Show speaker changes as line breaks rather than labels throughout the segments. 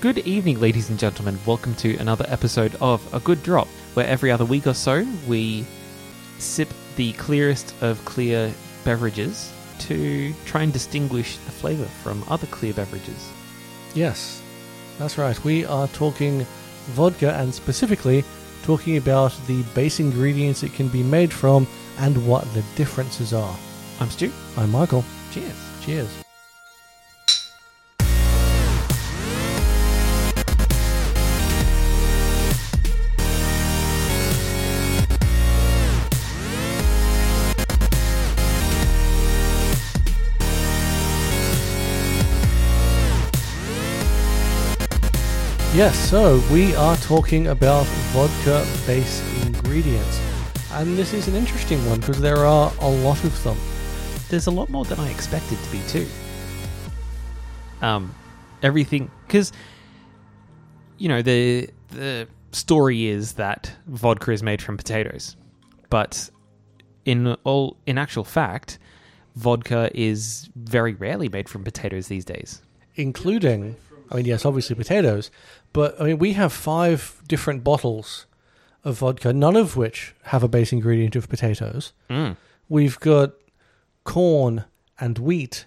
Good evening, ladies and gentlemen. Welcome to another episode of A Good Drop, where every other week or so we sip the clearest of clear beverages to try and distinguish the flavour from other clear beverages.
Yes, that's right. We are talking vodka and specifically talking about the base ingredients it can be made from and what the differences are.
I'm Stu.
I'm Michael.
Cheers.
Cheers. Yes, so we are talking about vodka base ingredients. And this is an interesting one because there are a lot of them.
There's a lot more than I expected to be too. Um, everything because you know the the story is that vodka is made from potatoes, but in all in actual fact, vodka is very rarely made from potatoes these days.
including, I mean, yes, obviously potatoes, but I mean, we have five different bottles of vodka, none of which have a base ingredient of potatoes.
Mm.
We've got corn and wheat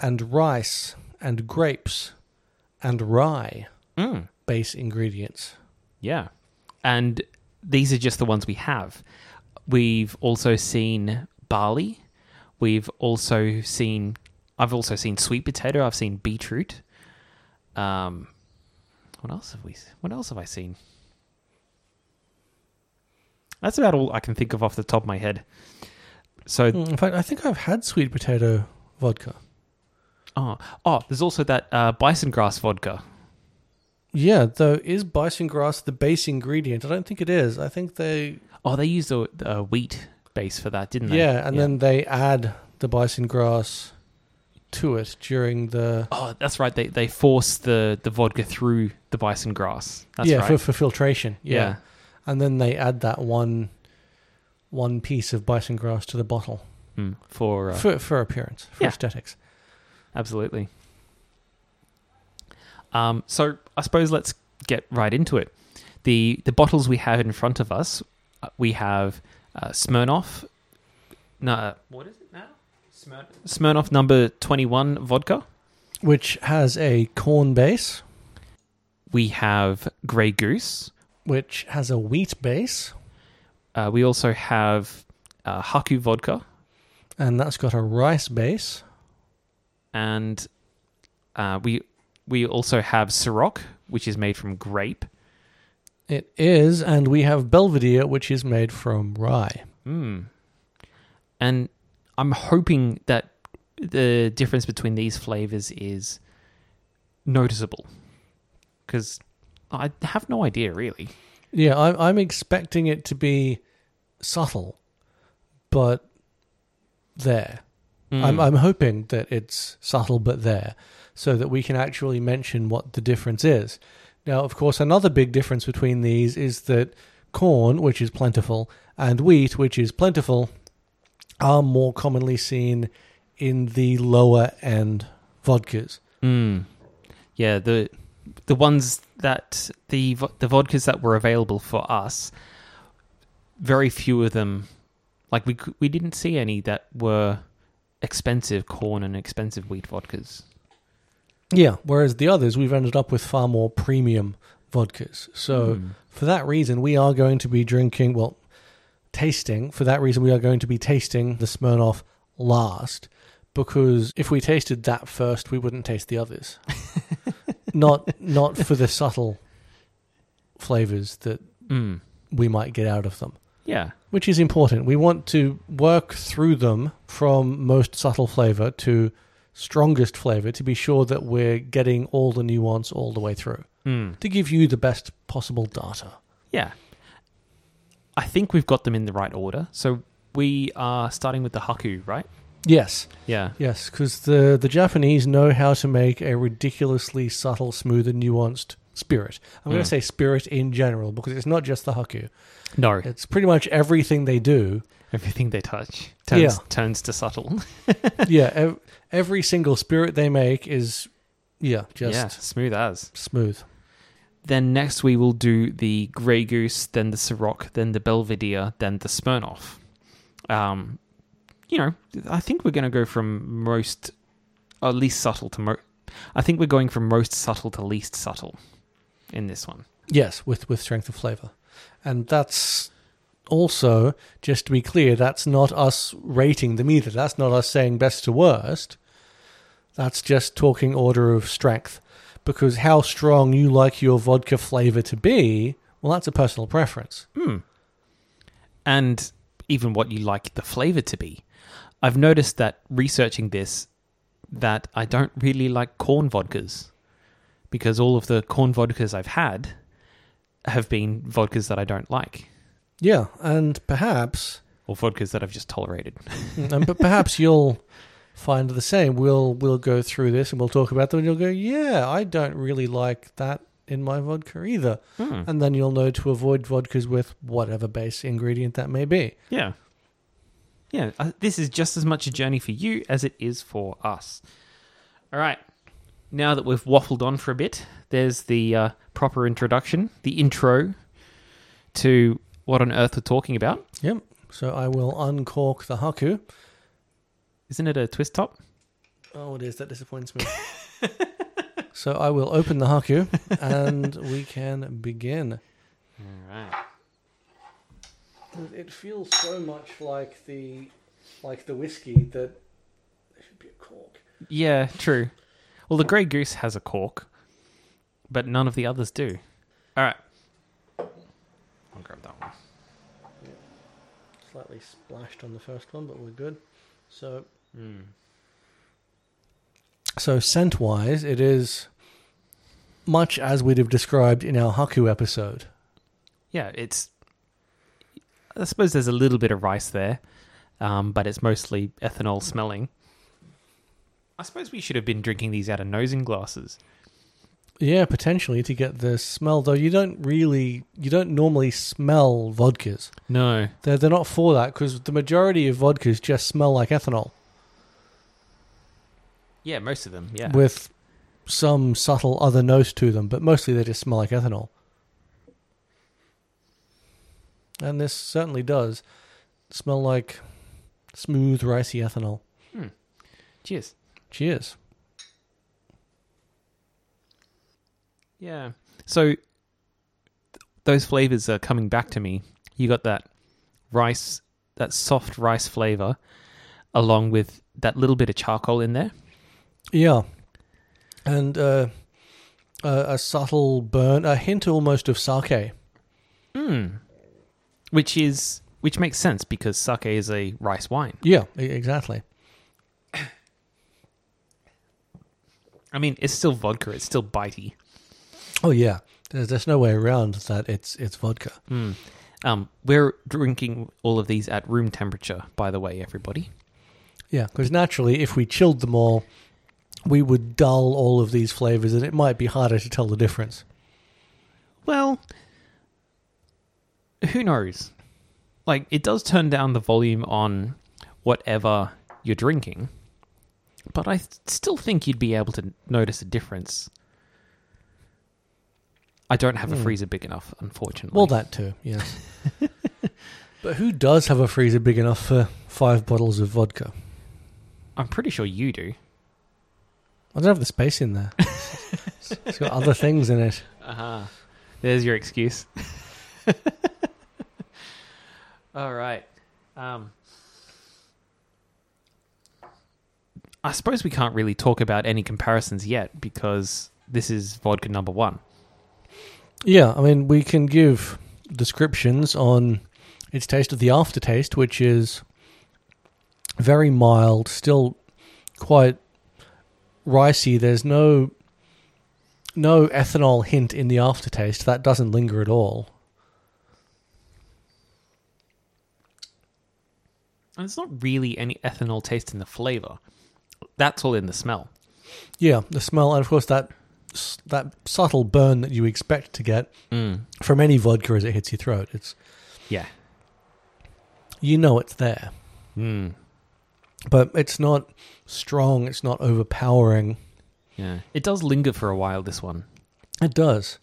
and rice and grapes and rye
Mm.
base ingredients.
Yeah. And these are just the ones we have. We've also seen barley. We've also seen I've also seen sweet potato, I've seen beetroot. Um what else have we what else have I seen? That's about all I can think of off the top of my head. So
Mm, In fact, I think I've had sweet potato vodka.
oh, oh there's also that uh, bison grass vodka.
Yeah, though, is bison grass the base ingredient? I don't think it is. I think they
Oh, they used a, a wheat base for that, didn't they?
Yeah, and then they add the bison grass to it during the
Oh, that's right. They they force the, the vodka through the bison grass. That's
yeah
right.
for, for filtration.
yeah.
and then they add that one one piece of bison grass to the bottle
Mm, for uh,
for for appearance for
Yeah.
aesthetics.
absolutely. Um, so I suppose let's get right into it. the The bottles we have in front of us, uh, we have uh, Smirnoff. No, uh, what is it now? Smirn- Smirnoff number twenty one vodka.
Which has a corn base,
We have Grey Goose.
which has a wheat base,
Uh, we also have uh, Haku vodka.
and that's got a rice base.
and uh, we we also have Ciroc, which is made from grape.
It is, and we have Belvedere, which is made from rye.
Mm. And I'm hoping that the difference between these flavors is noticeable, because I have no idea really.
Yeah, I'm I'm expecting it to be subtle, but there.
Hmm.
I'm I'm hoping that it's subtle but there, so that we can actually mention what the difference is. Now, of course, another big difference between these is that corn, which is plentiful, and wheat, which is plentiful, are more commonly seen in the lower end vodkas.
Mm. Yeah, the the ones that the vo- the vodkas that were available for us, very few of them, like we c- we didn't see any that were expensive corn and expensive wheat vodkas.
Yeah, whereas the others we've ended up with far more premium vodkas. So
Mm.
for that reason, we are going to be drinking, well, tasting. For that reason, we are going to be tasting the Smirnoff last because if we tasted that first, we wouldn't taste the others. not not for the subtle flavors that
Mm.
we might get out of them,
yeah,
which is important. We want to work through them from most subtle flavor to strongest flavor to be sure that we're getting all the nuance all the way through
Mm.
to give you the best possible data.
yeah. I think we've got them in the right order. So we are starting with the haku, right?
Yes.
Yeah.
Yes, because the, the Japanese know how to make a ridiculously subtle, smooth, and nuanced spirit. I'm going
Mm.
to say spirit in general because it's not just the haku.
No,
It's pretty much everything they do.
everything they touch turns
Yeah.
turns to subtle.
yeah, ev- every single spirit they make is Yeah, just
yeah, smooth as.
smooth.
Then next we will do the Grey Goose, then the Ciroc, then the Belvedere, then the Smirnoff. Um, you know, I think we're going to go from most, or least subtle to mo I think we're going from most subtle to least subtle in this one.
Yes, with with strength of flavor, and that's also just to be clear, that's not us rating them either. That's not us saying best to worst. That's just talking order of strength, because how strong you like your vodka flavor to be, well, that's a personal preference.
Hmm. and even what you like the flavor to be. I've noticed that researching this that I don't really like corn vodkas because all of the corn vodkas I've had have been vodkas that I don't like
Yeah, and perhaps,
or vodkas that I've just tolerated.
and, but perhaps you'll find the same. We'll we'll go through this and we'll talk about them, and you'll go, yeah, I don't really like that in my vodka either. and then you'll know to avoid vodkas with whatever base ingredient that may be.
Yeah. Yeah, uh, this is just as much a journey for you as it is for us. All right. Now that we've waffled on for a bit, there's the uh, proper introduction, the intro to what on earth we're talking about.
Yep. So I will uncork the haku.
Isn't it a twist top?
Oh, it is. That disappoints me. so I will open the haku and we can begin.
All right.
It feels so much like the like the whiskey that there should be a cork.
Yeah, true. Well, the Grey Goose has a cork, but none of the others do. All right. I'll grab that one.
Slightly splashed on the first one, but we're good. So So scent wise, it is much as we'd have described in our Haku episode.
Yeah, it's. I suppose there's a little bit of rice there, um, but it's mostly ethanol smelling. I suppose we should have been drinking these out of nosing glasses.
Yeah, potentially to get the smell though. You don't really, you don't normally smell vodkas.
No.
They're they're not for that because the majority of vodkas just smell like ethanol
Yeah, most of them. Yeah.
with some subtle other note to them, but mostly they just smell like ethanol. And this certainly does smell like smooth, ricey ethanol.
Cheers.
Cheers.
Yeah. So th- those flavors are coming back to me. You got that rice, that soft rice flavor, along with that little bit of charcoal in there.
Yeah, and uh, a, a subtle burn, a hint almost of sake.
which is which makes sense because sake is a rice wine.
Yeah, e- exactly.
I mean, it's still vodka. It's still bitey.
Oh yeah, there's, there's no way around that. It's it's vodka.
Um, we're drinking all of these at room temperature, by the way, everybody.
Yeah, because naturally, if we chilled them all, we would dull all of these flavors, and it might be harder to tell the difference.
Well, who knows? Like, it does turn down the volume on whatever you're drinking, but I th- still think you'd be able to notice a difference. I don't have a freezer big enough, unfortunately.
Hmm. Well, that too. Yes. but who does have a freezer big enough for five bottles of vodka?
I'm pretty sure you do.
I don't have the space in there. it's got other things in it.
Uh-huh. There's your excuse. All right. Um, I suppose we can't really talk about any comparisons yet because this is vodka number one.
Yeah, I mean, we can give descriptions on its taste of the aftertaste, which is very mild, still quite ricey. There's no no ethanol hint in the aftertaste. That doesn't linger at all.
And there's not really any ethanol taste in the flavor. That's all in the smell.
Yeah, the smell, and of course that s- that subtle burn that you expect to get
Mm.
from any vodka as it hits your throat. It's
Yeah.
you know it's there.
Mm.
But it's not strong, it's not overpowering.
Yeah. It does linger for a while, this one.
It does.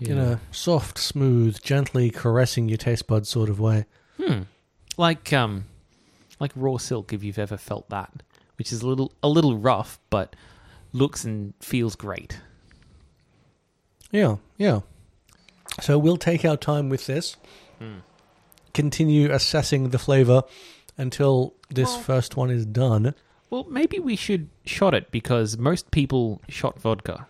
Yeah.
In a soft, smooth, gently caressing your taste bud sort of way.
Hmm. Like um like raw silk if you've ever felt that, which is a little a little rough, but looks and feels great.
Yeah, yeah. So we'll take our time with this. Continue assessing the flavor until this
Well-
first one is done.
Well, maybe we should shot it because most people shot vodka.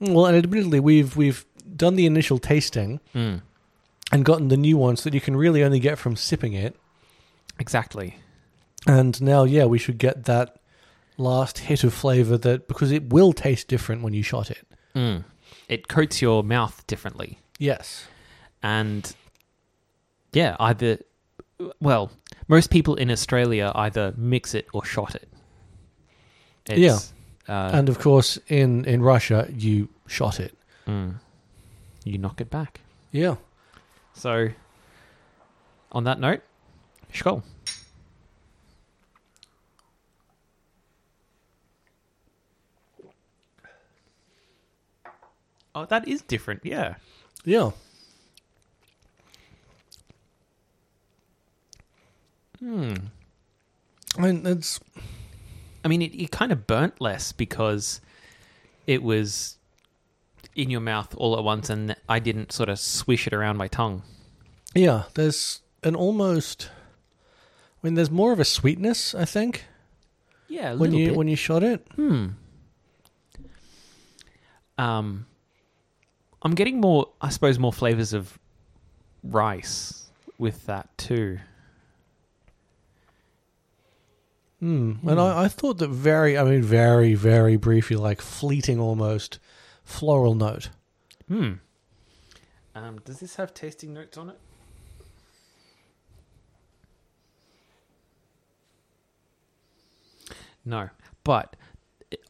Well, and admittedly, we've we've done the initial tasting
Mm.
and gotten the nuance that you can really only get from sipping it.
Exactly.
And now, yeah, we should get that last hit of flavor that because it will taste different when you shot it.
Mm. It coats your mouth differently.
Yes.
and yeah, either well, most people in Australia either mix it or shot it. yeah, uh,
and of course, in in Russia, you shot it.
mm, you knock it back.
Yeah.
So, on that note, shkol. Oh, that is different. Yeah.
Yeah.
Hmm.
I mean, it's
I mean, it, it kind of burnt less because it was in your mouth all at once, and I didn't sort of swish it around my tongue.
yeah. There's an almost. I mean, there's more of a sweetness, I think,
Yeah, a
when
little
you
bit.
when you shot it.
Hmm. um, I'm getting more, I suppose, more flavors of rice with that too.
Mm.
Hmm.
And I, I thought that very, I mean, very, very briefly, like fleeting almost, floral note.
Hmm. Um, does this have tasting notes on it? No, but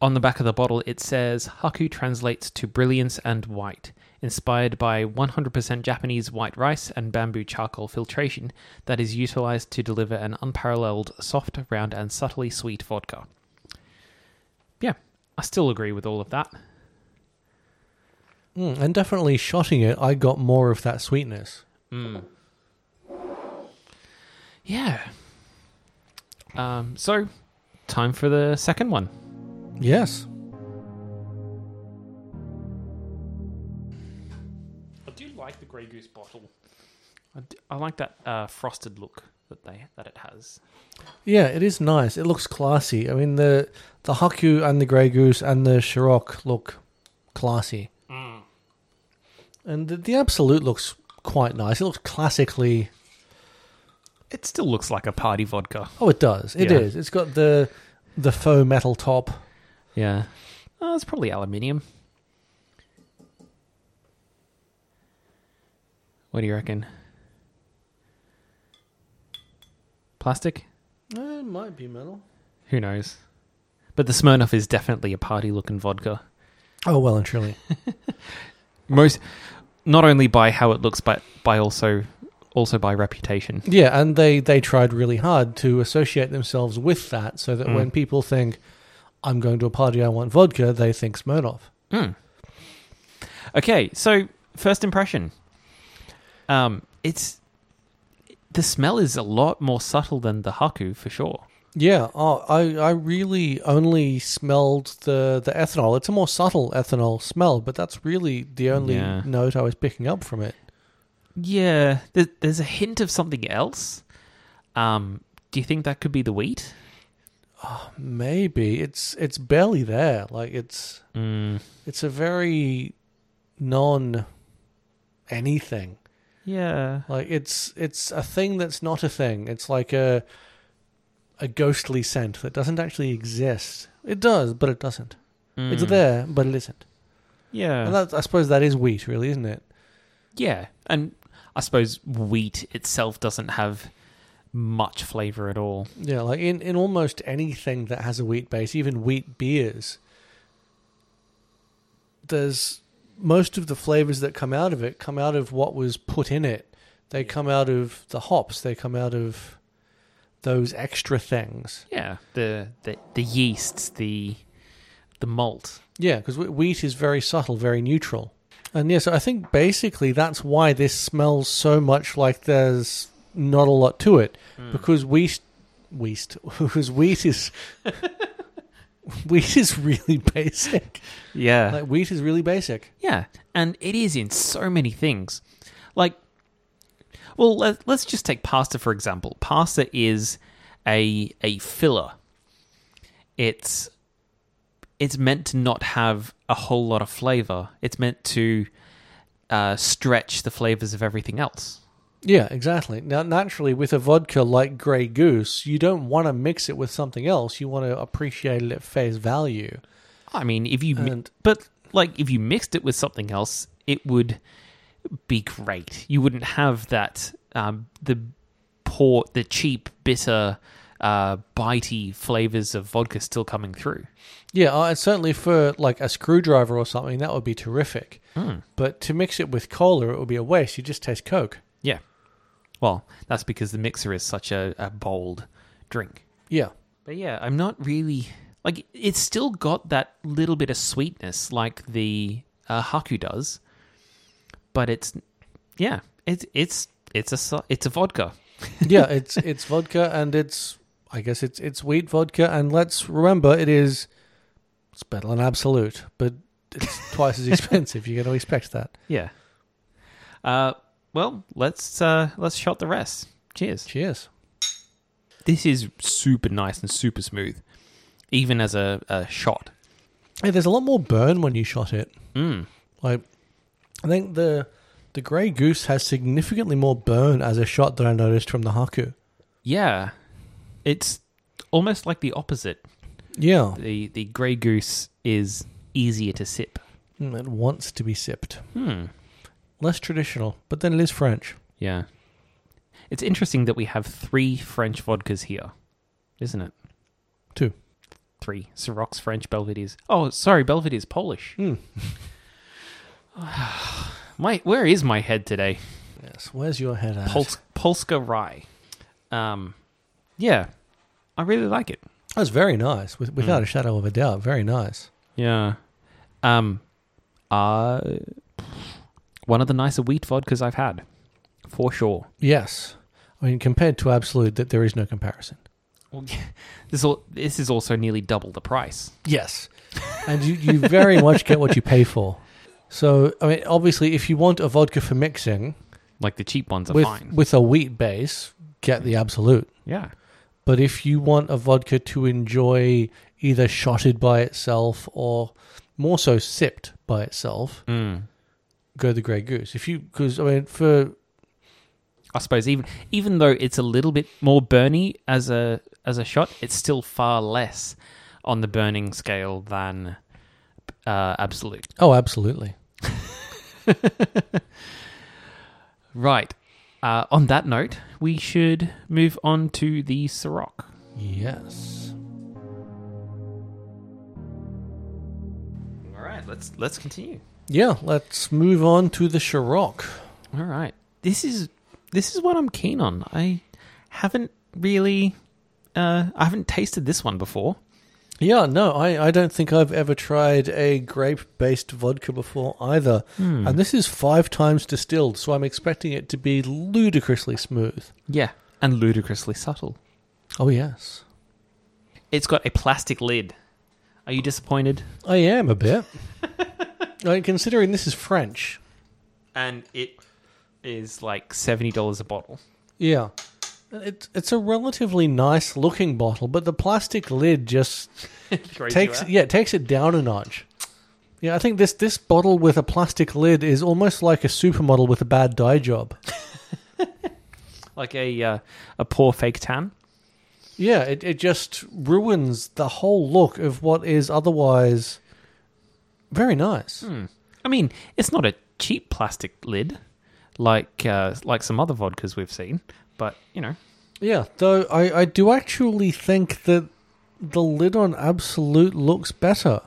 on the back of the bottle it says Haku translates to brilliance and white, inspired by 100% Japanese white rice and bamboo charcoal filtration that is utilized to deliver an unparalleled soft, round, and subtly sweet vodka. Yeah, I still agree with all of that.
Mm. And definitely shotting it, I got more of that sweetness.
Mm. Yeah. Um, so, time for the second one.
Yes.
I do like the Grey Goose bottle. I, d- I like that uh, frosted look that they that it has.
Yeah, it is nice. It looks classy. I mean, the the Haku and the Grey Goose and the Shirok look classy. And the, the Absolute looks quite nice. It looks classically.
It still looks like a party vodka.
Oh, it does. It
Yeah.
is. It's got the the faux metal top.
Yeah. Uh, it's probably aluminium. What do you reckon? Plastic?
Uh, It might be metal.
Who knows? But the Smirnoff is definitely a party looking vodka.
Oh, well and truly.
most not only by how it looks but by also also by reputation
Yeah, and they they tried really hard to associate themselves with that, so that
Mm.
when people think, "I'm going to a party, I want vodka," they think Smirnoff.
okay so first impression um it's the smell is a lot more subtle than the haku for sure
Yeah, oh, I I really only smelled the the ethanol. It's a more subtle ethanol smell, but that's really the only
Yeah.
note I was picking up from it.
yeah there, there's a hint of something else um do you think that could be the wheat
Maybe it's it's barely there. Like it's
mm.
it's a very non anything.
yeah
Like it's it's a thing that's not a thing. It's like a a ghostly scent that doesn't actually exist. It does, but it doesn't. It's
Mm.
there, but it isn't.
yeah
And that, I suppose that is wheat, really, isn't it?
Yeah, and I suppose wheat itself doesn't have much flavor at all.
Yeah, like in, in almost anything that has a wheat base, even wheat beers, there's most of the flavors that come out of it come out of what was put in it. They come out of the hops. They come out of those extra things.
Yeah, the the, the yeasts, the the malt.
Yeah, because wheat is very subtle, very neutral. And yeah, so I think basically that's why this smells so much like there's not a lot to it because wheat, wheat, because wheat is wheat is really basic.
Yeah.
Like wheat is really basic.
Yeah, and it is in so many things. Like, well, let, let's just take pasta for example. Pasta is a a filler. It's it's meant to not have a whole lot of flavor. It's meant to uh, stretch the flavors of everything else.
Yeah, exactly. Now, naturally, with a vodka like Grey Goose, you don't want to mix it with something else. You want to appreciate it at face value.
I mean, if you mi-
And-
but like if you mixed it with something else, it would be great. You wouldn't have that um, the poor, the cheap, bitter, uh, bitey flavors of vodka still coming through.
Yeah, uh, certainly for like a screwdriver or something, that would be terrific. But to mix it with cola, it would be a waste. You just taste Coke.
Yeah. Well, that's because the mixer is such a, a bold drink.
Yeah.
But yeah, I'm not really like it's still got that little bit of sweetness like the uh, Haku does, but it's yeah, it's it's it's a so- it's a vodka.
yeah, it's it's vodka and it's I guess it's it's wheat vodka and let's remember it is it's better than absolute, but it's twice as expensive. You're going to expect that.
Yeah. Uh, well, let's uh, let's shot the rest. Cheers.
Cheers.
This is super nice and super smooth, even as a, a shot.
Hey, there's a lot more burn when you shot it.
Mm.
Like I think the the grey goose has significantly more burn as a shot that I noticed from the haku.
Yeah, it's almost like the opposite.
Yeah,
The the grey goose is easier to sip.
Mm, it wants to be sipped.
Hmm.
Less traditional, but then it is French.
Yeah. It's interesting that we have three French vodkas here, isn't it?
Two.
Three. Siroc's French, Belvedere's. Oh, sorry, Belvedere's Polish.
Hmm.
my, where is my head today?
Yes. Where's your head at?
Pols- Polska Rye. Um, yeah, I really like it.
That was very nice, with, without a shadow of a doubt. Very nice.
Yeah. Um, uh, one of the nicer wheat vodkas I've had, for sure.
Yes. I mean, compared to Absolute, that there is no comparison.
Well, this, al- this is also nearly double the price.
Yes. and you, you very much get what you pay for. So, I mean, obviously, if you want a vodka for mixing
Like the cheap ones are
with,
fine.
with a wheat base, get the Absolute.
yeah.
But if you want a vodka to enjoy either shotted by itself or more so sipped by itself,
Mm.
go the Grey Goose. If you, because, I mean, for,
I suppose even even though it's a little bit more burny as a as a shot, it's still far less on the burning scale than uh, absolute.
oh, absolutely.
Right. Uh, on that note, we should move on to the Ciroc.
Yes.
All right, let's let's continue.
Yeah, let's move on to the Ciroc.
All right, this is this is what I'm keen on. I haven't really, uh, I haven't tasted this one before.
Yeah, no, I, I don't think I've ever tried a grape based vodka before either. And this is five times distilled, so I'm expecting it to be ludicrously smooth.
Yeah, and ludicrously subtle.
Oh, yes.
It's got a plastic lid. Are you disappointed?
I am a bit. I mean, considering this is French.
and it is like seventy dollars a bottle.
Yeah. It's, it's a relatively nice looking bottle, but the plastic lid just takes yeah it takes it down a notch. Yeah, I think this this bottle with a plastic lid is almost like a supermodel with a bad dye job.
like a uh, a poor fake tan.
Yeah, it, it just ruins the whole look of what is otherwise very nice.
I mean, it's not a cheap plastic lid like uh, like some other vodkas we've seen, but you know,
Yeah, though I, I do actually think that the lid on Absolute looks better.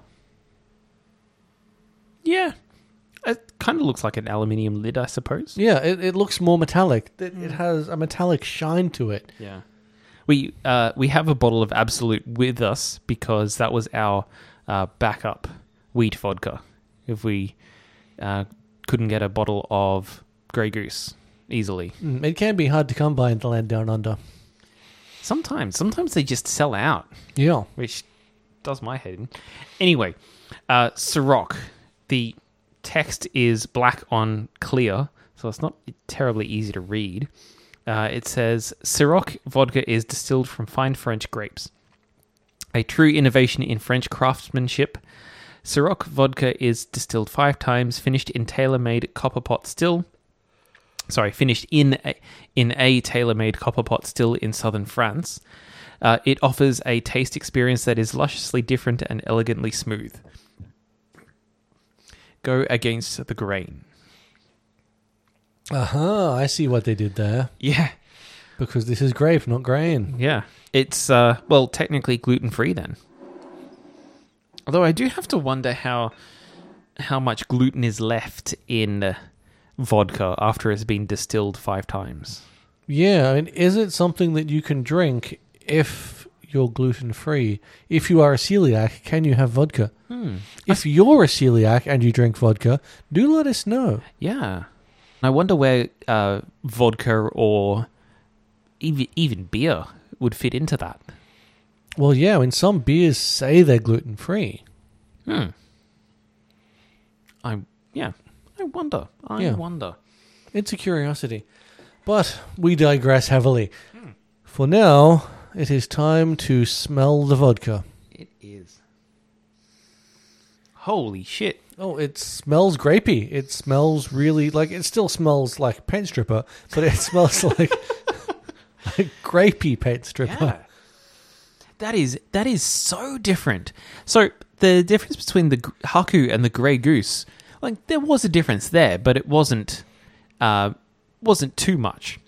yeah, it kind of looks like an aluminium lid, I suppose.
Yeah, it, it looks more metallic. It, it has a metallic shine to it.
Yeah, we uh, we have a bottle of Absolute with us because that was our. uh, backup wheat vodka if we uh, couldn't get a bottle of Grey Goose easily.
Mm, It can be hard to come by in the land down under.
Sometimes, sometimes they just sell out,
Yeah.
which does my head in. Anyway, uh, Ciroc, the text is black on clear, so it's not terribly easy to read. Uh, it says Ciroc vodka is distilled from fine French grapes. A true innovation in French craftsmanship. Ciroc vodka is distilled five times, finished in tailor-made copper pot still. Sorry, finished in a, in a tailor-made copper pot still in southern France. Uh, it offers a taste experience that is lusciously different and elegantly smooth. Go against the grain.
Uh huh. I see what they did there.
Yeah,
Because this is grape, not grain.
yeah. It's uh, well, technically gluten free then. Although I do have to wonder how how much gluten is left in uh, vodka after it's been distilled five times.
Yeah, and is it something that you can drink if you're gluten free? If you are a celiac, can you have vodka?
Hmm.
If you're a celiac and you drink vodka, do let us know.
Yeah. I wonder where uh, vodka or even even beer would fit into that.
Well, yeah, and some beers say they're gluten free.
Hmm. I yeah. I wonder. I
Yeah.
wonder.
It's a curiosity. But we digress heavily. For now, it is time to smell the vodka.
It is. Holy shit!
Oh, it smells grapey. It smells really like it still smells like paint stripper, but it smells like, like grapey paint stripper.
Yeah. That is that is so different. So the difference between the gr- Haku and the Grey Goose, like there was a difference there, but it wasn't uh, wasn't too much.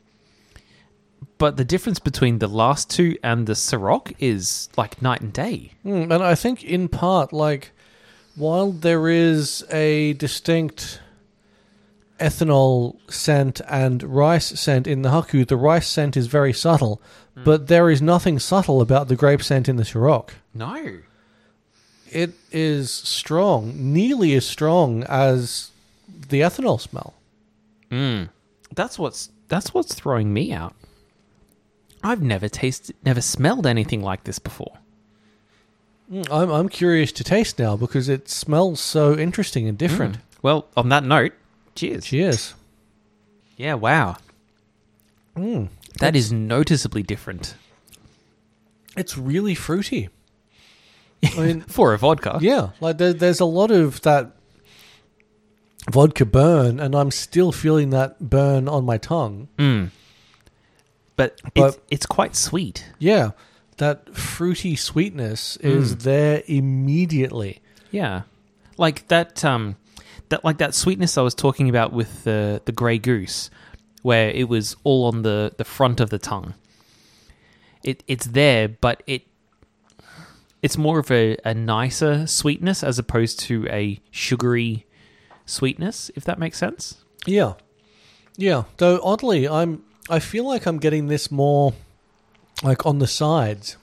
But the difference between the last two and the Ciroc is like night and day.
Mm, and I think in part, like, while there is a distinct ethanol scent and rice scent in the Haku, the rice scent is very subtle, but there is nothing subtle about the grape scent in the Ciroc.
No.
It is strong, nearly as strong as the ethanol smell.
That's what's that's what's throwing me out. I've never tasted, never smelled anything like this before.
Mm, I'm, I'm curious to taste now because it smells so interesting and different.
Well, on that note, cheers.
Cheers.
Yeah, wow.
Mm.
That is noticeably different
It's really fruity. I mean,
for a vodka.
yeah, like there, there's a lot of that vodka burn, and I'm still feeling that burn on my tongue.
Mm. But, it's,
But-
it's quite sweet.
Yeah, that fruity sweetness is there immediately.
Yeah. Like that um that like that sweetness I was talking about with the the grey goose where it was all on the the front of the tongue. It it's there but it it's more of a, a nicer sweetness as opposed to a sugary sweetness if that makes sense.
Yeah, yeah. Though oddly, I'm I feel like I'm getting this more like on the sides,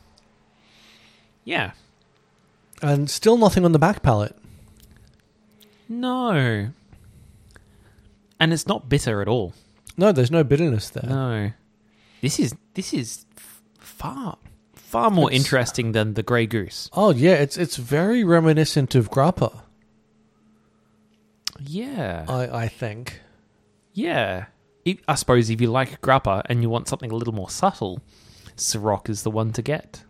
Yeah.
and still nothing on the back palate.
No. And it's not bitter at all.
No, there's no bitterness there.
No, this is this is f- far far more
It's-
interesting than the Grey Goose.
Oh yeah, it's it's very reminiscent of grappa.
Yeah,
I I think.
yeah. If, I suppose if you like grappa and you want something a little more subtle, Ciroc is the one to get.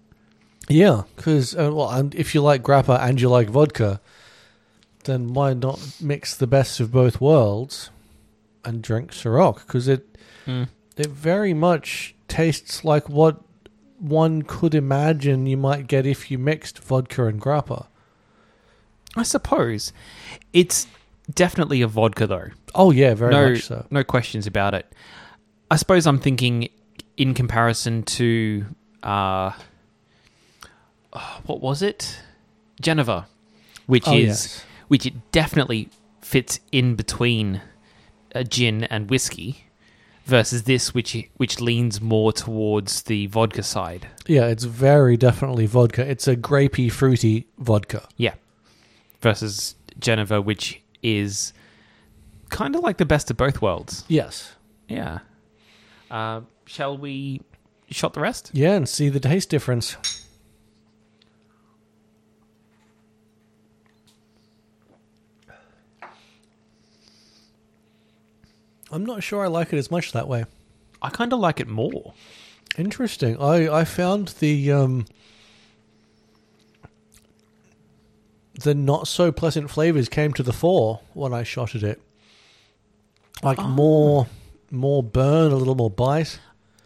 Yeah, because uh, well, and if you like grappa and you like vodka, then why not mix the best of both worlds and drink Ciroc? Because it
Hmm.
it very much tastes like what one could imagine you might get if you mixed vodka and grappa.
I suppose it's definitely a vodka though.
Oh yeah, very
no,
much so.
no questions about it. I suppose I'm thinking in comparison to uh, oh, what was it, Geneva, which
Oh,
is
yes.
which it definitely fits in between a gin and uh, whiskey, versus this, which which leans more towards the vodka side.
Yeah, it's very definitely vodka. It's a grapey, fruity vodka.
Yeah, versus Geneva, which is kind of like the best of both worlds.
Yes.
Yeah. Uh, shall we shot the rest?
Yeah, and see the taste difference. I'm not sure I like it as much that way.
I kind of like it more.
Interesting. I, I found the um, the not so pleasant flavors came to the fore when I shot at it. Like more more burn, a little more bite.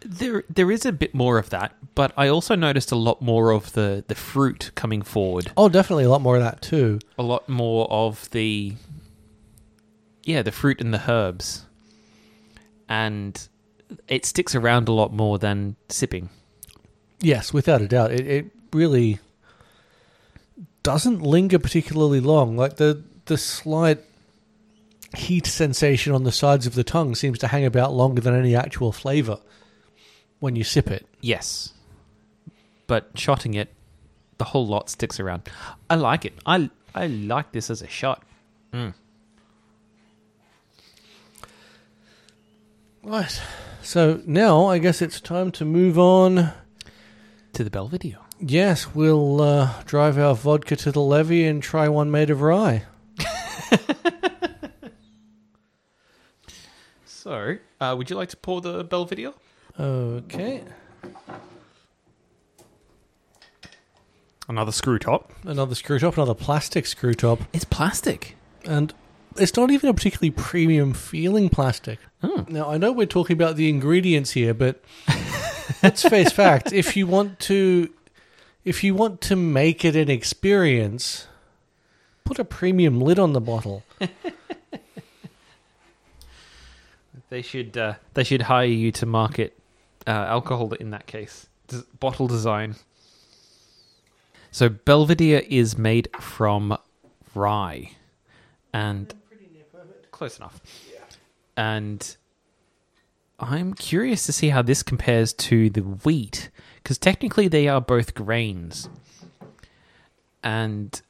There, there is a bit more of that, but I also noticed a lot more of the the fruit coming forward.
Oh, definitely a lot more of that too.
A lot more of the, yeah, the fruit and the herbs, and it sticks around a lot more than sipping.
Yes, without a doubt. It, it really doesn't linger particularly long. Like the the slight heat sensation on the sides of the tongue seems to hang about longer than any actual flavor when you sip it.
Yes, but shotting it, the whole lot sticks around. I like it. I I like this as a shot.
Right. So now I guess it's time to move on.
To the Belvedere.
Yes, we'll uh, drive our vodka to the levee and try one made of rye.
So, uh, would you like to pour the Belvedere?
Okay.
Another screw top.
Another screw top, another plastic screw top.
It's plastic.
And it's not even a particularly premium feeling plastic. Now, I know we're talking about the ingredients here, but let's face fact, if you want to if you want to make it an experience, put a premium lid on the bottle.
They should uh, they should hire you to market uh, alcohol in that case. Des- bottle design. So Belvedere is made from rye, and close enough. And I'm curious to see how this compares to the wheat, because technically they are both grains, and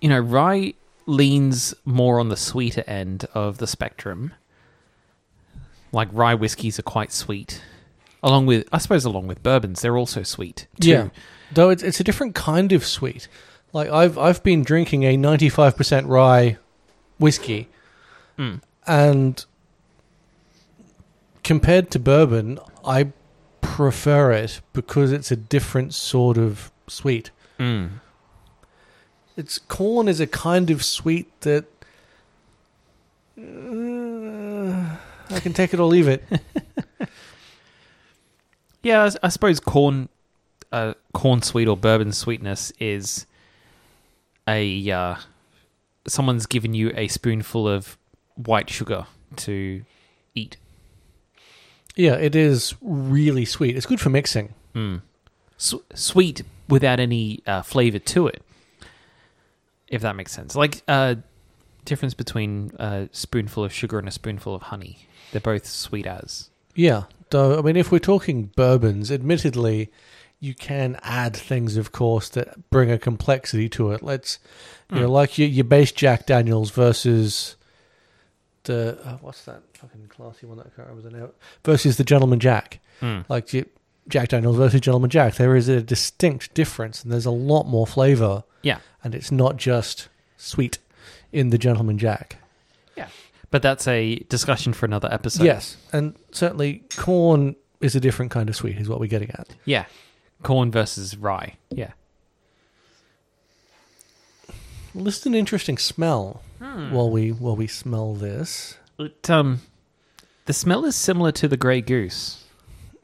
you know, rye leans more on the sweeter end of the spectrum. Like rye whiskies are quite sweet, along with I suppose along with bourbons, they're also sweet too.
Yeah. Though it's it's a different kind of sweet. Like I've I've been drinking a 95% rye whiskey.
Mm.
And compared to bourbon, I prefer it because it's a different sort of sweet.
Mm.
It's corn is a kind of sweet that uh, I can take it or leave it.
Yeah, I s- I, suppose corn, uh, corn sweet or bourbon sweetness is a uh, someone's given you a spoonful of white sugar to eat.
yeah, it is really sweet. It's good for mixing.
Su- sweet without any uh, flavor to it. If that makes sense, like uh, difference between a spoonful of sugar and a spoonful of honey, they're both sweet as.
Yeah, though I mean, if we're talking bourbons, admittedly, you can add things, of course, that bring a complexity to it. Let's, you know, like your, your base Jack Daniels versus the uh, what's that fucking classy one that I can't remember the name of- versus the Gentleman Jack. Like your Jack Daniels versus Gentleman Jack, there is a distinct difference, and there's a lot more flavor,
Yeah,
and it's not just sweet in the Gentleman Jack.
yeah, but that's a discussion for another episode.
yes, and certainly corn is a different kind of sweet, is what we're getting at.
Yeah. Corn versus rye. Yeah.
Well, this is an interesting smell.
Hmm.
While we while we smell this,
It, um, the smell is similar to the Grey Goose.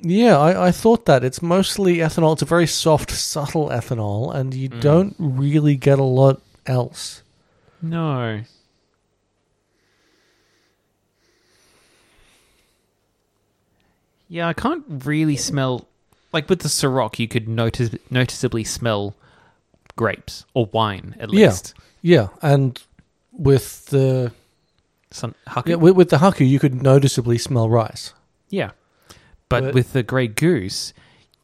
yeah, I, I thought that it's mostly ethanol. It's a very soft, subtle ethanol, and you don't really get a lot else.
No. Yeah, I can't really smell. Like with the Ciroc, you could notice, noticeably smell grapes or wine at
Yeah.
least.
Yeah, and with the
Some huck-
Yeah, with, with the haku, you could noticeably smell rice.
yeah. But,
But-
with the Grey Goose,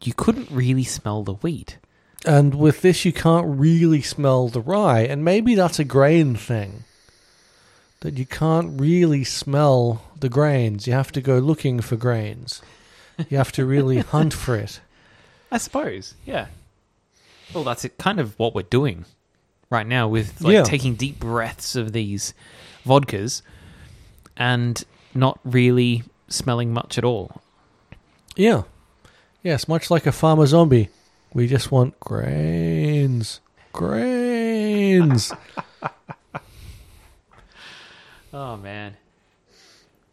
you couldn't really smell the wheat.
And with this, you can't really smell the rye, and maybe that's a grain thing. That you can't really smell the grains. You have to go looking for grains. You have to really hunt for it.
I suppose, yeah. Well, that's it, kind of what we're doing right now with like
Yeah.
taking deep breaths of these vodkas and not really smelling much at all.
Yeah. Yes, much like a farmer zombie, we just want grains. Grains.
Oh man.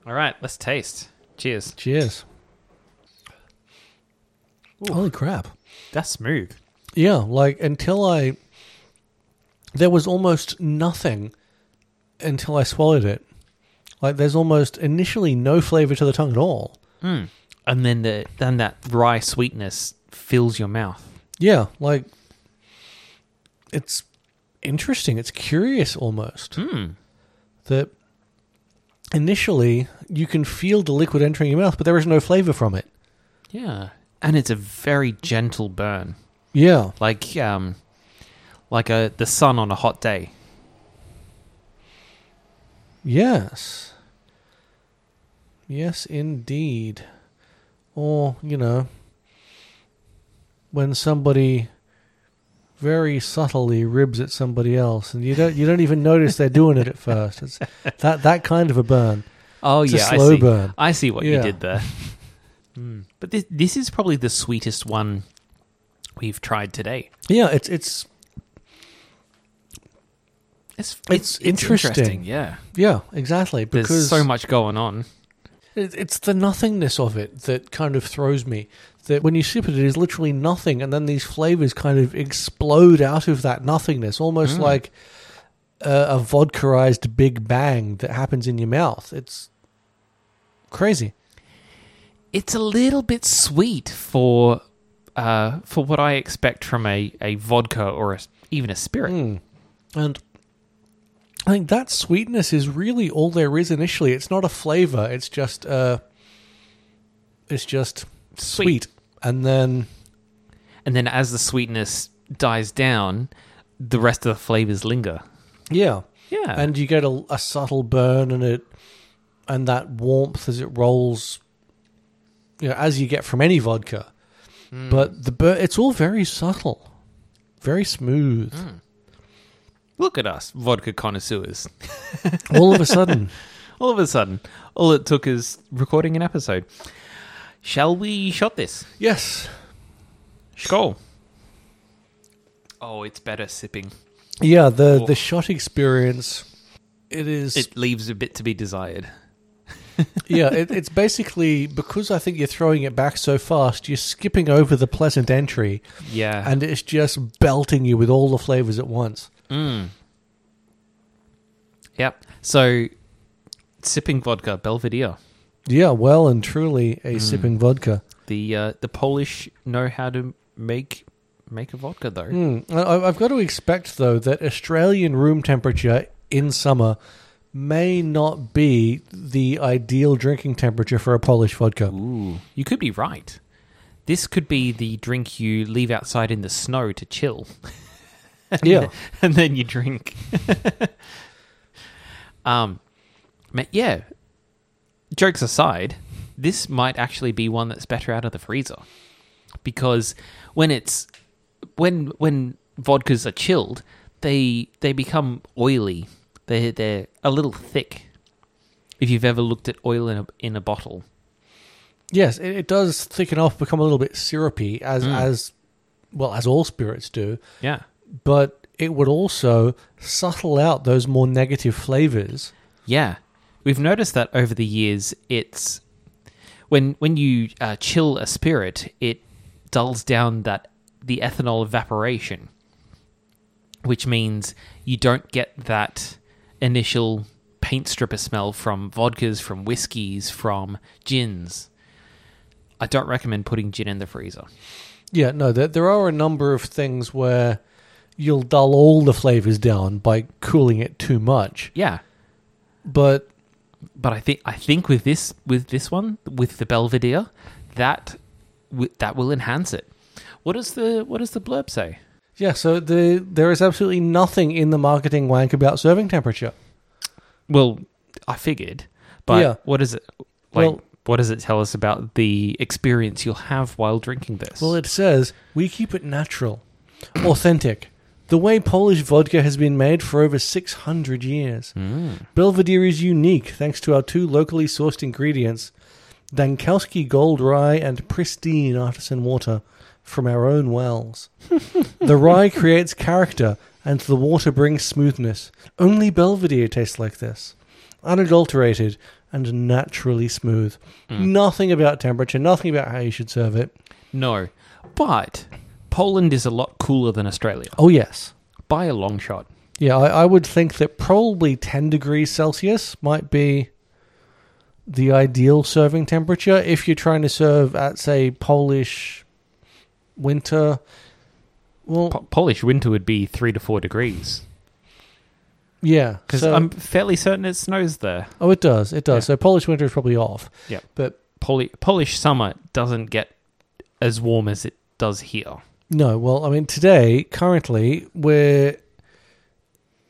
All right, let's taste. Cheers.
Cheers. Holy crap.
That's smooth.
Yeah, like until I. There was almost nothing until I swallowed it. Like, there's almost initially no flavor to the tongue at all.
Hmm. And then the then that rye sweetness fills your mouth.
Yeah, like. It's interesting. It's curious almost.
Hmm.
That initially you can feel the liquid entering your mouth, but there is no flavor from it.
Yeah. And it's a very gentle burn.
Yeah.
Like um like a the sun on a hot day.
Yes. Yes, indeed. Or, you know, when somebody very subtly ribs at somebody else and you don't you don't even notice they're doing it at first. It's that that kind of a burn.
Oh
It's a
yeah,
slow
I see.
burn.
I see what you
Yeah.
did there. Hmm. But this this is probably the sweetest one we've tried today.
Yeah, it's it's
It's
It's interesting.
Yeah,
yeah, exactly.
there's
Because
so much going on.
It- It's the nothingness of it that kind of throws me. That when you sip it, it is literally nothing, and then these flavors kind of explode out of that nothingness, almost like a, a vodkaized Big Bang that happens in your mouth. It's crazy.
It's a little bit sweet for uh, for what I expect from a, a vodka or a, even a spirit.
And I think that sweetness is really all there is initially. It's not a flavor. It's just uh, it's just
Sweet.
sweet, and then
And then as the sweetness dies down, the rest of the flavors linger.
yeah.
Yeah,
and you get a, a subtle burn and it and that warmth as it rolls you know as you get from any vodka
Hmm.
but the bur- it's all very subtle very smooth
Hmm. look at us, vodka connoisseurs.
all of a sudden
All of a sudden, all it took is recording an episode. Shall we shot this?
yes
Skull. Oh, it's better sipping.
yeah the
Oh.
the shot experience it is
It leaves a bit to be desired.
yeah it, it's basically because i think you're throwing it back so fast you're skipping over the pleasant entry
Yeah.
and it's just belting you with all the flavors at once
yep. So, sipping vodka, Belvedere.
yeah well and truly
Hmm.
a sipping vodka
The uh, the Polish know how to make make a vodka though.
Mm, I- I- I've got to expect, though, that Australian room temperature in summer may not be the ideal drinking temperature for a Polish vodka.
Ooh, you could be right. This could be the drink you leave outside in the snow to chill.
yeah.
and then you drink. um, ma- yeah. Jokes aside, this might actually be one that's better out of the freezer, because when it's when when vodkas are chilled, they they become oily. They they're a little thick. If you've ever looked at oil in a in a bottle,
Yes, it, it does thicken off, become a little bit syrupy, as as well as all spirits do.
yeah,
But it would also subtle out those more negative flavors.
Yeah, we've noticed that over the years. It's when when you uh, chill a spirit, it dulls down that the ethanol evaporation, which means you don't get that initial paint stripper smell from vodkas, from whiskies, from gins. I don't recommend putting gin in the freezer.
Yeah, no, there, there are a number of things where you'll dull all the flavors down by cooling it too much.
Yeah,
but
but I think I think with this with this one with the Belvedere, that wi- that will enhance it. What does the what does the blurb say?
Yeah, so the there is absolutely nothing in the marketing wank about serving temperature.
Well, I figured, but
Yeah.
what is it like?
Well-
what does it tell us about the experience you'll have while drinking this?
Well, it says we keep it natural, authentic, the way Polish vodka has been made for over 600 years.
Mm.
Belvedere is unique thanks to our two locally sourced ingredients, Dankowski Gold Rye and pristine artisan water from our own wells. the rye creates character and the water brings smoothness. Only Belvedere tastes like this. Unadulterated and naturally smooth. Nothing about temperature, nothing about how you should serve it.
no, but Poland is a lot cooler than Australia
Oh, yes.
by a long shot.
Yeah, I, I would think that probably 10 degrees Celsius might be the ideal serving temperature if you're trying to serve at, say, Polish winter. Well,
Po- Polish winter would be three to four degrees
yeah.
because
so-
I'm fairly certain it snows there.
oh, it does. It does.
Yeah.
So Polish winter is probably off.
Yeah.
But
Poli- Polish summer doesn't get as warm as it does here.
no, well, I mean, today, currently, we're.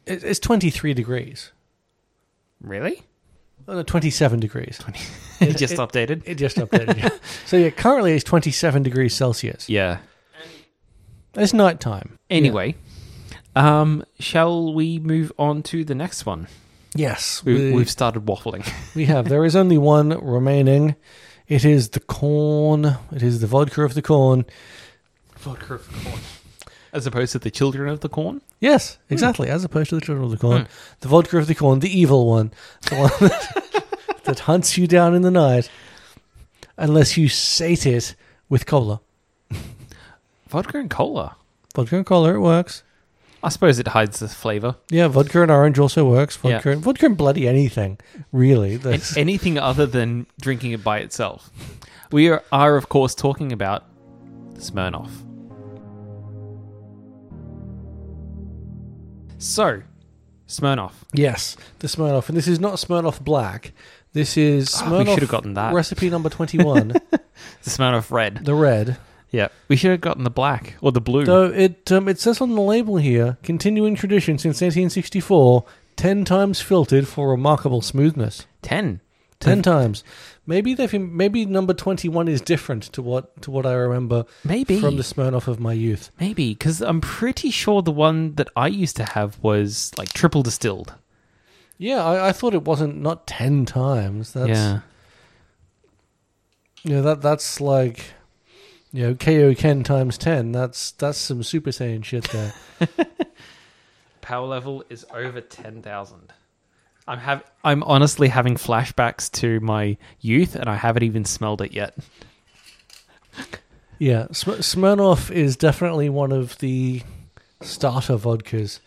it- It's 23 degrees.
Really?
Oh, no, 27 degrees.
it just updated.
It just updated. so, yeah, currently it's 27 degrees Celsius.
Yeah.
It's nighttime.
Anyway, um, shall we move on to the next one?
Yes,
We,
we,
We've started waffling.
we have. There is only one remaining. It is the corn. It is the vodka of the corn.
Vodka of corn. As opposed to the children of the corn?
Yes, exactly. As opposed to the children of the
Hmm.
corn, the vodka of the corn, the evil one, the one that, that hunts you down in the night, unless you sate it with cola.
Vodka and cola.
Vodka and cola, it works.
I suppose it hides the flavour.
Yeah, vodka and orange also works.
Yeah.
Vodka, and, vodka and bloody anything, really.
And
That's,
anything other than drinking it by itself. We are, are of course, talking about Smirnoff. So, Smirnoff.
yes, the Smirnoff, and this is not Smirnoff Black. This is
Oh, we
Smirnoff
should have gotten that.
recipe number twenty-one,
the Smirnoff Red.
the red.
Yeah. We should have gotten the black or the blue.
So it um, it says on the label here, continuing tradition since 1864, 10 times filtered for remarkable smoothness.
Ten.
10 times. Maybe they've maybe number 21 is different to what to what I remember
Maybe.
from the Smirnoff of my youth.
Maybe, because I'm pretty sure the one that I used to have was like triple distilled.
Yeah, I, I thought it wasn't not 10 times. That's
yeah.
you know, that that's like you know, KO Ken times 10. That's that's some super saiyan shit there.
Power level is over 10,000. I'm have I'm honestly having flashbacks to my youth and I haven't even smelled it yet.
Yeah, Sm- Smirnoff is definitely one of the starter vodkas.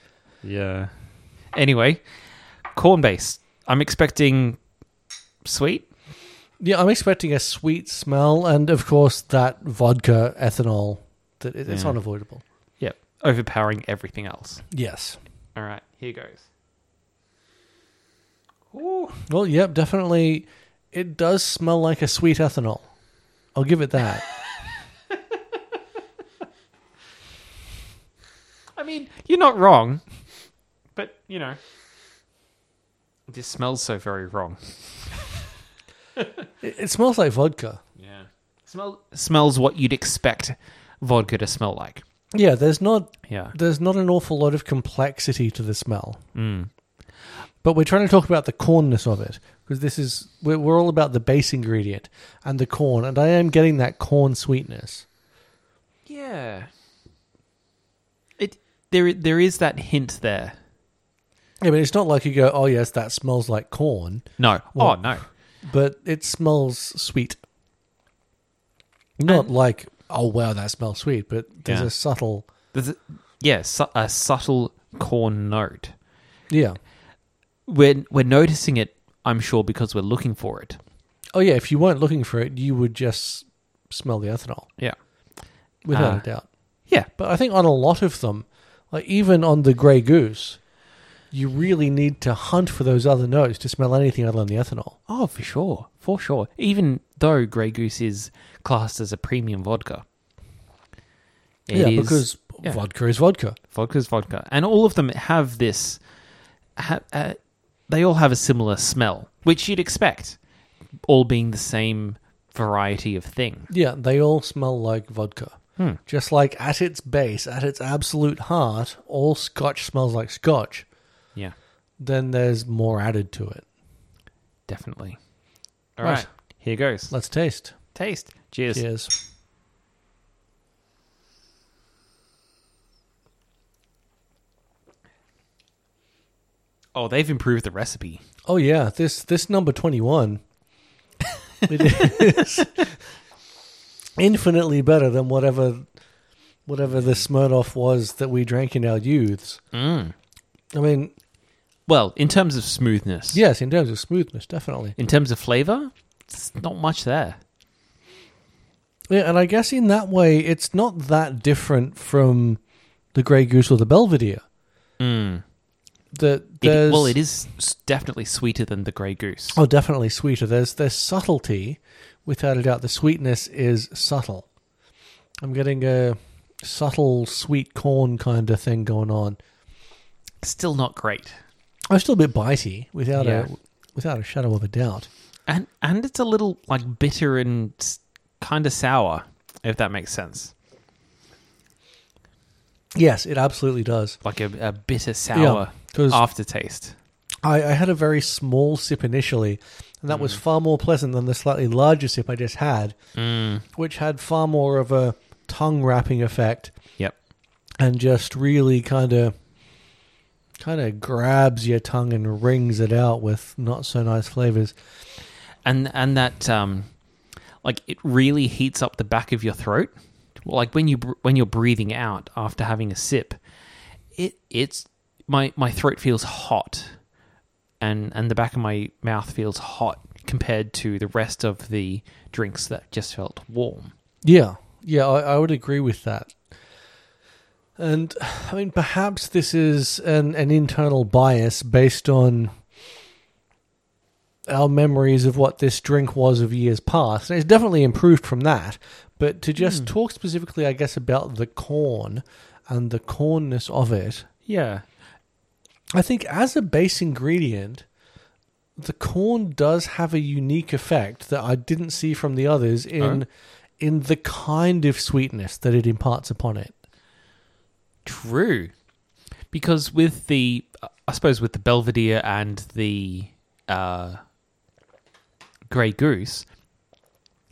Yeah. Anyway, corn base. I'm expecting sweet.
Yeah, I'm expecting a sweet smell, and of course that vodka ethanol. That it, it's
Yeah.
unavoidable.
Yep. Overpowering everything else.
Yes.
All right, here goes. Ooh.
Well, yep, definitely. It does smell like a sweet ethanol. I'll give it that.
I mean, you're not wrong, but you know, this smells so very wrong.
it, it smells like vodka.
Yeah, smell smells what you'd expect vodka to smell like.
Yeah, there's not
Yeah,
there's not an awful lot of complexity to the smell. But we're trying to talk about the cornness of it because this is we're, we're all about the base ingredient and the corn, and I am getting that corn sweetness.
yeah. It there there is that hint there.
Yeah, but it's not like you go, oh yes, that smells like corn,
No,
Well-
oh no,
but it smells sweet. Not like oh wow, that smells sweet, but there's
Yeah.
a subtle
there's a, yeah su- a subtle corn note.
yeah.
We're we're noticing it, I'm sure, because we're looking for it.
Oh yeah, if you weren't looking for it, you would just smell the ethanol
Yeah,
without
Ah.
a doubt.
yeah,
But I think on a lot of them, like even on the Grey Goose, you really need to hunt for those other notes to smell anything other than the ethanol.
Oh, for sure, for sure. Even though Grey Goose is classed as a premium vodka, It
yeah,
is-
because
yeah.
vodka is vodka.
vodka's vodka, and all of them have this. Ha, uh, they all have a similar smell, which you'd expect, all being the same variety of thing.
Yeah, they all smell like vodka.
Hmm.
Just like at its base, at its absolute heart, all scotch smells like scotch.
Yeah,
Then there's more added to it.
definitely. All
Right.
right, here goes.
Let's taste.
Taste. Cheers.
Cheers.
Oh, they've improved the recipe.
Oh yeah, this this number 21 it is infinitely better than whatever whatever the Smirnoff was that we drank in our youths.
Mm.
I mean,
Well, in terms of smoothness,
yes, in terms of smoothness, definitely.
In terms of flavor, it's not much there.
Yeah, and I guess in that way it's not that different from the Grey Goose or the Belvedere.
Mm.
That
It,
there's
well, it is s- definitely sweeter than the Grey Goose.
Oh, definitely sweeter. There's there's subtlety, without a doubt. The sweetness is subtle. I'm getting a subtle sweet corn kind of thing going on.
Still not great,
I'm still a bit bitey, without
Yeah.
a without a shadow of a doubt.
and and it's a little like bitter and kind of sour, if that makes sense.
Yes, it absolutely does.
Like a, a bitter sour
Because
Ah. aftertaste.
I, I had a very small sip initially, and that was far more pleasant than the slightly larger sip I just had,
Mm.
which had far more of a tongue wrapping effect
Yep.
and just really kind of kind of grabs your tongue and wrings it out with not so nice flavors.
and and that um, like it really heats up the back of your throat. Well, Like when you br- when you're breathing out after having a sip, it it's my my throat feels hot, and and the back of my mouth feels hot compared to the rest of the drinks that just felt warm.
Yeah, yeah, I, I would agree with that. And I mean, perhaps this is an, an internal bias based on our memories of what this drink was of years past. And it's definitely improved from that. But to just talk specifically, I guess, about the corn and the cornness of it,
Yeah,
I think as a base ingredient, the corn does have a unique effect that I didn't see from the others in in the kind of sweetness that it imparts upon it.
true. Because with the I suppose with the Belvedere and the uh, Grey Goose,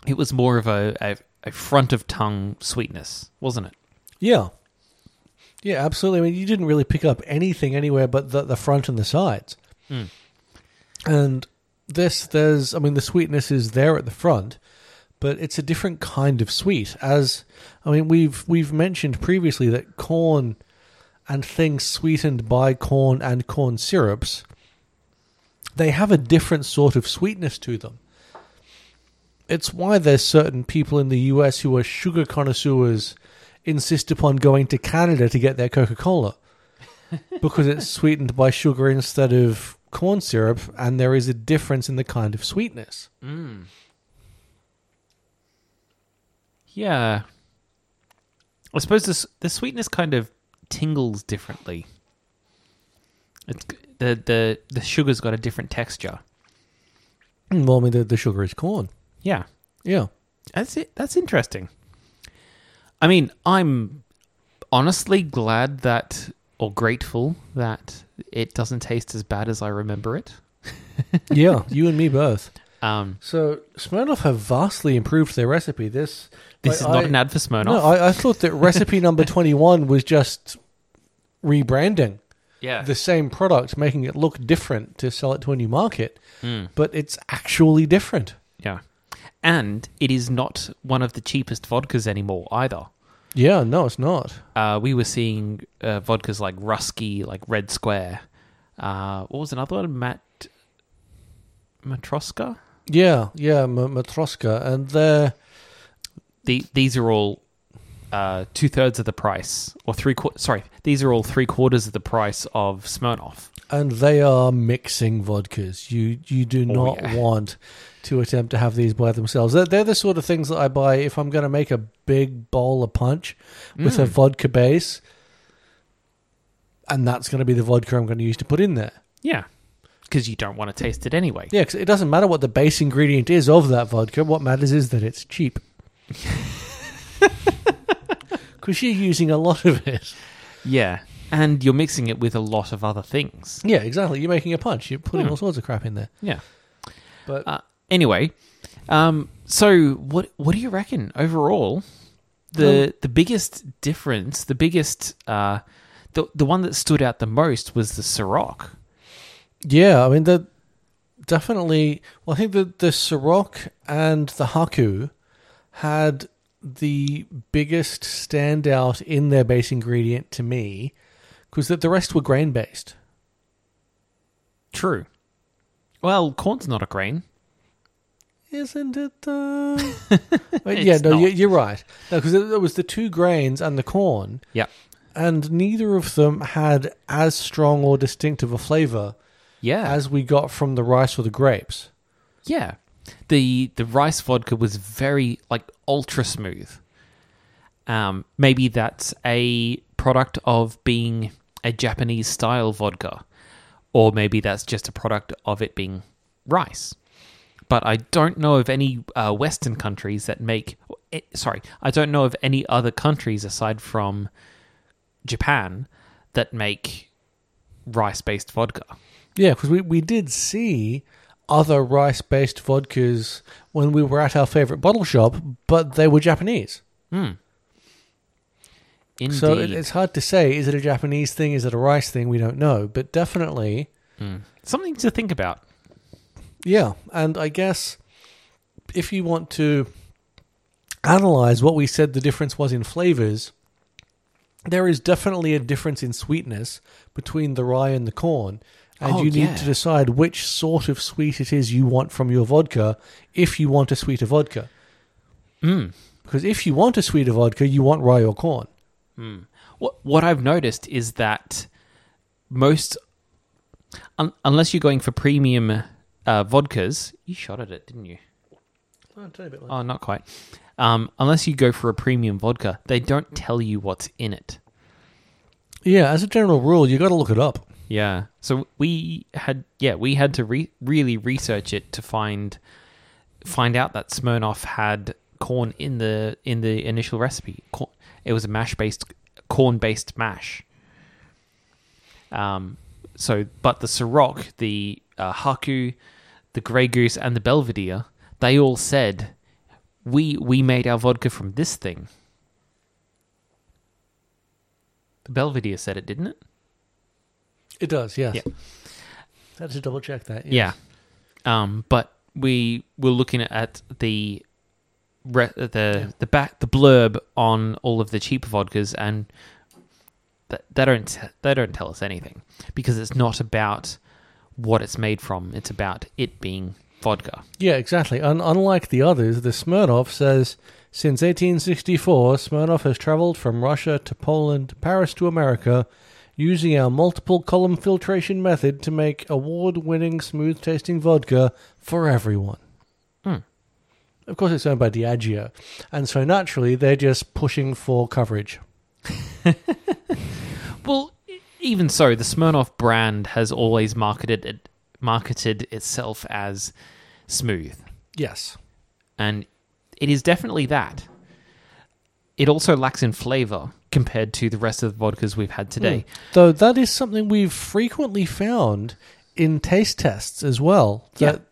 it was more of a, a, a front of tongue sweetness, wasn't it?
Yeah. Yeah, absolutely. I mean, you didn't really pick up anything anywhere but the, the front and the sides.
Mm.
And this, there's, I mean, the sweetness is there at the front, but it's a different kind of sweet. As I mean, we've we've mentioned previously that corn and things sweetened by corn and corn syrups, they have a different sort of sweetness to them. It's why there's certain people in the US who are sugar connoisseurs insist upon going to Canada to get their Coca Cola because it's sweetened by sugar instead of corn syrup, and there is a difference in the kind of sweetness.
Yeah. I suppose this the sweetness kind of tingles differently. It's the the the sugar's got a different texture.
Well, I mean, the, the sugar is corn.
Yeah.
Yeah.
That's it. That's interesting. I mean, I'm honestly glad that or grateful that it doesn't taste as bad as I remember it.
Yeah, you and me both.
Um,
So Smirnoff have vastly improved their recipe. This
this is
I-
not
I-
an ad for Smirnoff.
No, I, I thought that recipe number twenty one was just rebranding
yeah.
the same product, making it look different to sell it to a new market,
Mm,
but it's actually different.
yeah. And it is not one of the cheapest vodkas anymore either.
Yeah, no, it's not.
Uh, we were seeing uh, vodkas like Rusky, like Red Square. Uh, what was another one? Mat Matroska.
Yeah, yeah, M- Matroska, and they're
The, these are all uh, two thirds of the price, or three qu- Sorry, these are all three quarters of the price of Smirnoff.
And they are mixing vodkas. You you do
Oh,
not
yeah.
want to attempt to have these by themselves. They're, they're the sort of things that I buy if I'm going to make a big bowl of punch with
Mm.
a vodka base, and that's going to be the vodka I'm going to use to put in there.
Yeah, because you don't want to taste it anyway.
Yeah, 'cause it doesn't matter what the base ingredient is of that vodka. What matters is that it's cheap. Because you're using a lot of it.
Yeah, and you're mixing it with a lot of other things.
Yeah, exactly. You're making a punch. You're putting
Hmm.
all sorts of crap in there.
Yeah.
But
Uh, anyway, um, so what what do you reckon overall? The the biggest difference, the biggest uh, the the one that stood out the most was the Ciroc.
yeah, I mean, the definitely. Well, I think the the Ciroc and the Haku had the biggest standout in their base ingredient to me, because the rest were grain based.
True. Well, corn's not a grain.
Isn't it though? Wait, yeah,
It's
no,
not.
you- you're right. No, because it, it was the two grains and the corn,
Yep.
and neither of them had as strong or distinctive a flavor
Yeah.
as we got from the rice or the grapes.
Yeah. The the rice vodka was very like ultra smooth. Um, maybe that's a product of being a Japanese style vodka, or maybe that's just a product of it being rice. But I don't know of any uh, Western countries that make. eh, Sorry, I don't know of any other countries aside from Japan that make rice-based vodka.
Yeah, because we, we did see other rice based vodkas when we were at our favorite bottle shop, but they were Japanese.
Indeed.
So it, it's hard to say is it a Japanese thing? Is it a rice thing? We don't know. But definitely.
something to think about.
Yeah, and I guess if you want to analyze what we said the difference was in flavors, there is definitely a difference in sweetness between the rye and the corn, and
Oh,
you need
yeah.
to decide which sort of sweet it is you want from your vodka if you want a sweeter vodka.
Mm.
Because if you want a sweeter vodka, you want rye or corn.
What what I've noticed is that most, un- unless you're going for premium uh, vodkas, you shot at it, didn't you? Oh, not quite. Um, unless you go for a premium vodka, they don't tell you what's in it.
Yeah, as a general rule, you got to look it up.
Yeah. So we had yeah we had to re- really research it to find find out that Smirnoff had corn in the in the initial recipe. Corn, it was a mash based corn based mash. Um. So, but the Ciroc, the uh, Haku, the Grey Goose, and the Belvedere, they all said, "We we made our vodka from this thing." The Belvedere said it, didn't it?
It does, yes.
Yeah.
Had to double check that.
Yeah. Um, but we were looking at the re- the the back the blurb on all of the cheap vodkas, and th- they don't t- they don't tell us anything because it's not about what it's made from; it's about it being vodka.
Yeah, exactly. Un- unlike the others, the Smirnov says since 1864, Smirnov has traveled from Russia to Poland, Paris to America, using our multiple column filtration method to make award winning, smooth tasting vodka for everyone.
Hmm.
Of course, it's owned by Diageo. And so naturally, they're just pushing for coverage.
Well, e- even so, the Smirnoff brand has always marketed it, marketed itself as smooth.
Yes.
and it is definitely that. It also lacks in flavor compared to the rest of the vodkas we've had today.
Hmm. Though that is something we've frequently found in taste tests as well. That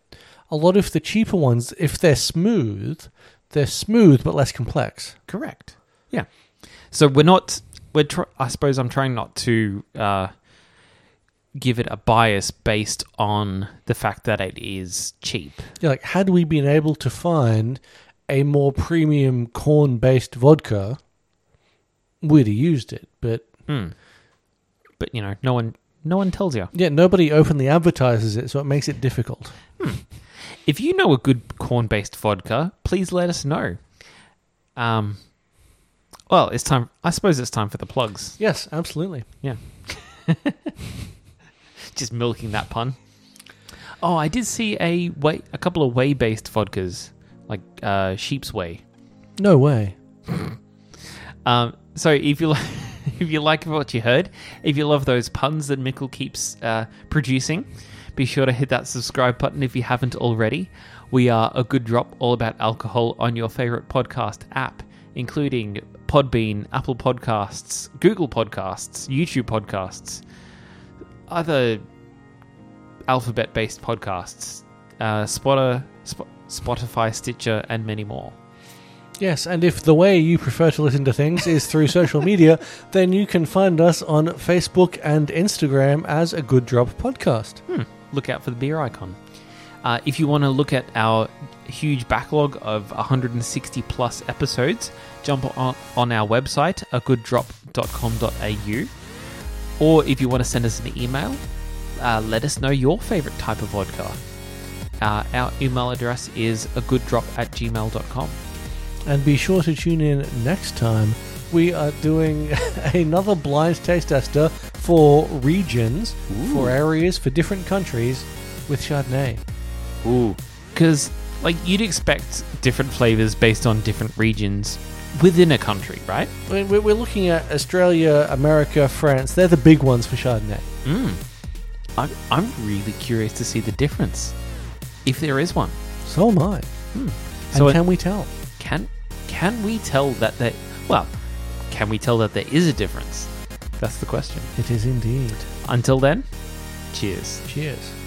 a lot of the cheaper ones, if they're smooth, they're smooth but less complex.
Correct. Yeah. So we're not. We're. Tr- I suppose I'm trying not to uh, give it a bias based on the fact that it is cheap.
Yeah, like had we been able to find a more premium corn based vodka, we'd have used it. But
Hmm. But you know, no one. No one tells you.
yeah, nobody openly advertises it, so it makes it difficult.
If you know a good corn based vodka, please let us know. Um, Well, it's time. I suppose it's time for the plugs.
Yes, absolutely.
Yeah. Just milking that pun. Oh, I did see a way, a couple of whey based vodkas, like uh, sheep's whey.
No way.
Um, so if you li- if you like what you heard, if you love those puns that Mickle keeps uh, producing, be sure to hit that subscribe button if you haven't already. We are a good drop all about alcohol on your favorite podcast app, including Podbean, Apple Podcasts, Google Podcasts, YouTube Podcasts, other alphabet based podcasts, uh, Spotter, Sp- Spotify, Stitcher, and many more.
Yes, and if the way you prefer to listen to things is through social media, then you can find us on Facebook and Instagram as a Good Drop Podcast.
look out for the beer icon. Uh, if you want to look at our huge backlog of 160 plus episodes, jump on, on our website, agooddrop.com.au. Or if you want to send us an email, uh, let us know your favorite type of vodka. Uh, our email address is agooddrop at gmail.com.
And be sure to tune in next time. We are doing another blind taste tester for regions, for areas, for different countries with Chardonnay.
Ooh. Because, like, you'd expect different flavors based on different regions within a country, right?
We- we- We're looking at Australia, America, France. They're the big ones for Chardonnay.
Mm. I'm, I'm really curious to see the difference, if there is one.
So am I.
So
and
it-
can we tell?
can can we tell that there? Well, can we tell that there is a difference? That's the question.
It is indeed.
Until then, cheers.
Cheers.